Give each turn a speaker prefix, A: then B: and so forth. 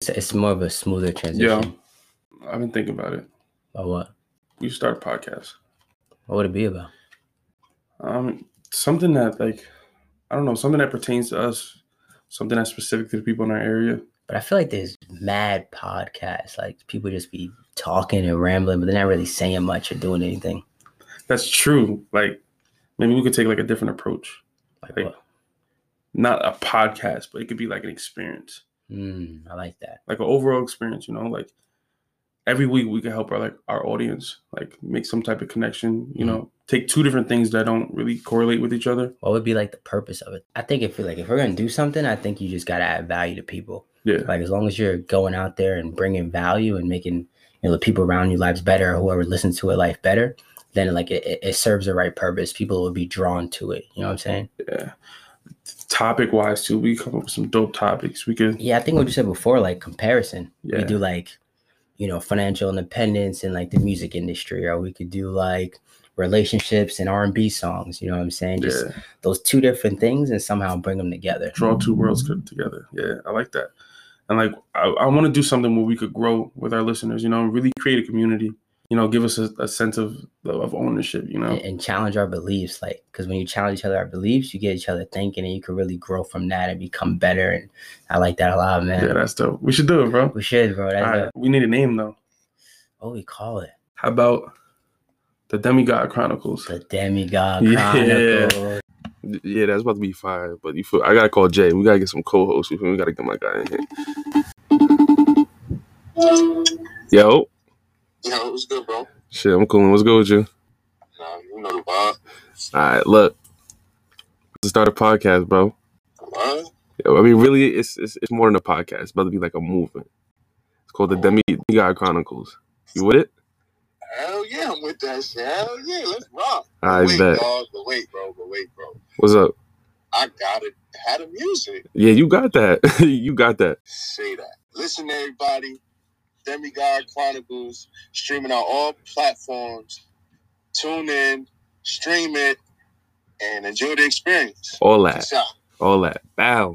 A: it's it's more of a smoother transition.
B: I've been thinking about it.
A: Or what?
B: We should start a podcast.
A: What would it be about?
B: Um, something that like, I don't know, something that pertains to us, something that's specific to the people in our area.
A: But I feel like there's mad podcasts. Like people just be talking and rambling, but they're not really saying much or doing anything.
B: That's true. Like, maybe we could take like a different approach.
A: Like
B: Like-
A: what?
B: Not a podcast, but it could be like an experience,
A: Mm, I like that.
B: like an overall experience. You know, like every week we could help our like our audience, like make some type of connection. You
A: Mhm.
B: know, take two different things that don't really correlate with each other.
A: What would be like the purpose of it? I think if like if we're gonna do something, I think you just gotta add value to people.
B: Yeah,
A: Like as long as you're going out there and bringing value and making you know the people around you lives better, or whoever listens to it life better, then like it, it- it serves the right purpose. People will be drawn to it. You know what I'm saying?
B: yeah. Topic wise too, we come up with some dope topics. We could
A: Yeah, I think what you said before, like comparison.
B: yeah.
A: We do like you know financial independence and like the music industry, or we could do like relationships and R&B songs. You know what I'm saying? Just
B: yeah,
A: those two different things and somehow bring them together.
B: draw two worlds co- together. Yeah, I like that. And like, I, I want to do something where we could grow with our listeners. You know, and really create a community. You know, give us a, a sense of of ownership. You know,
A: and, and challenge our beliefs. Like, because when you challenge each other our beliefs, you get each other thinking, and you can really grow from that and become better. And I like that a lot,
B: yeah,
A: man.
B: that's dope. We should do it, bro.
A: we should, bro. That's
B: All right,
A: a-
B: we need a name though.
A: what we call it,
B: How about the Demigod Chronicles?
A: the Demigod
B: Yeah.
A: Chronicles.
B: Yeah, that's about to be fire. But you feel, I gotta call Jay. We gotta get some co-hosts. We gotta get my guy in here. Yo,
C: Yo, what's good, bro?
B: shit, I'm cool. What's good with you?
C: Nah, you know the vibe.
B: All right, look, let's start a podcast, bro.
C: What?
B: I mean, really, it's it's, it's more than a podcast. It's about to be like a movement. It's called the Demi God Chronicles. You with it?
C: Hell yeah, I'm with that shit. Hell yeah, let's rock.
B: I
C: wait,
B: bet.
C: dog, but wait, bro, but wait, bro.
B: What's up?
C: I gotta have the music.
B: Yeah, you got that. you got that.
C: Say that. Listen, everybody. Demigod Chronicles streaming on all platforms. Tune in, stream it, and enjoy the experience.
B: All that.
C: Peace out.
B: All that. Bow.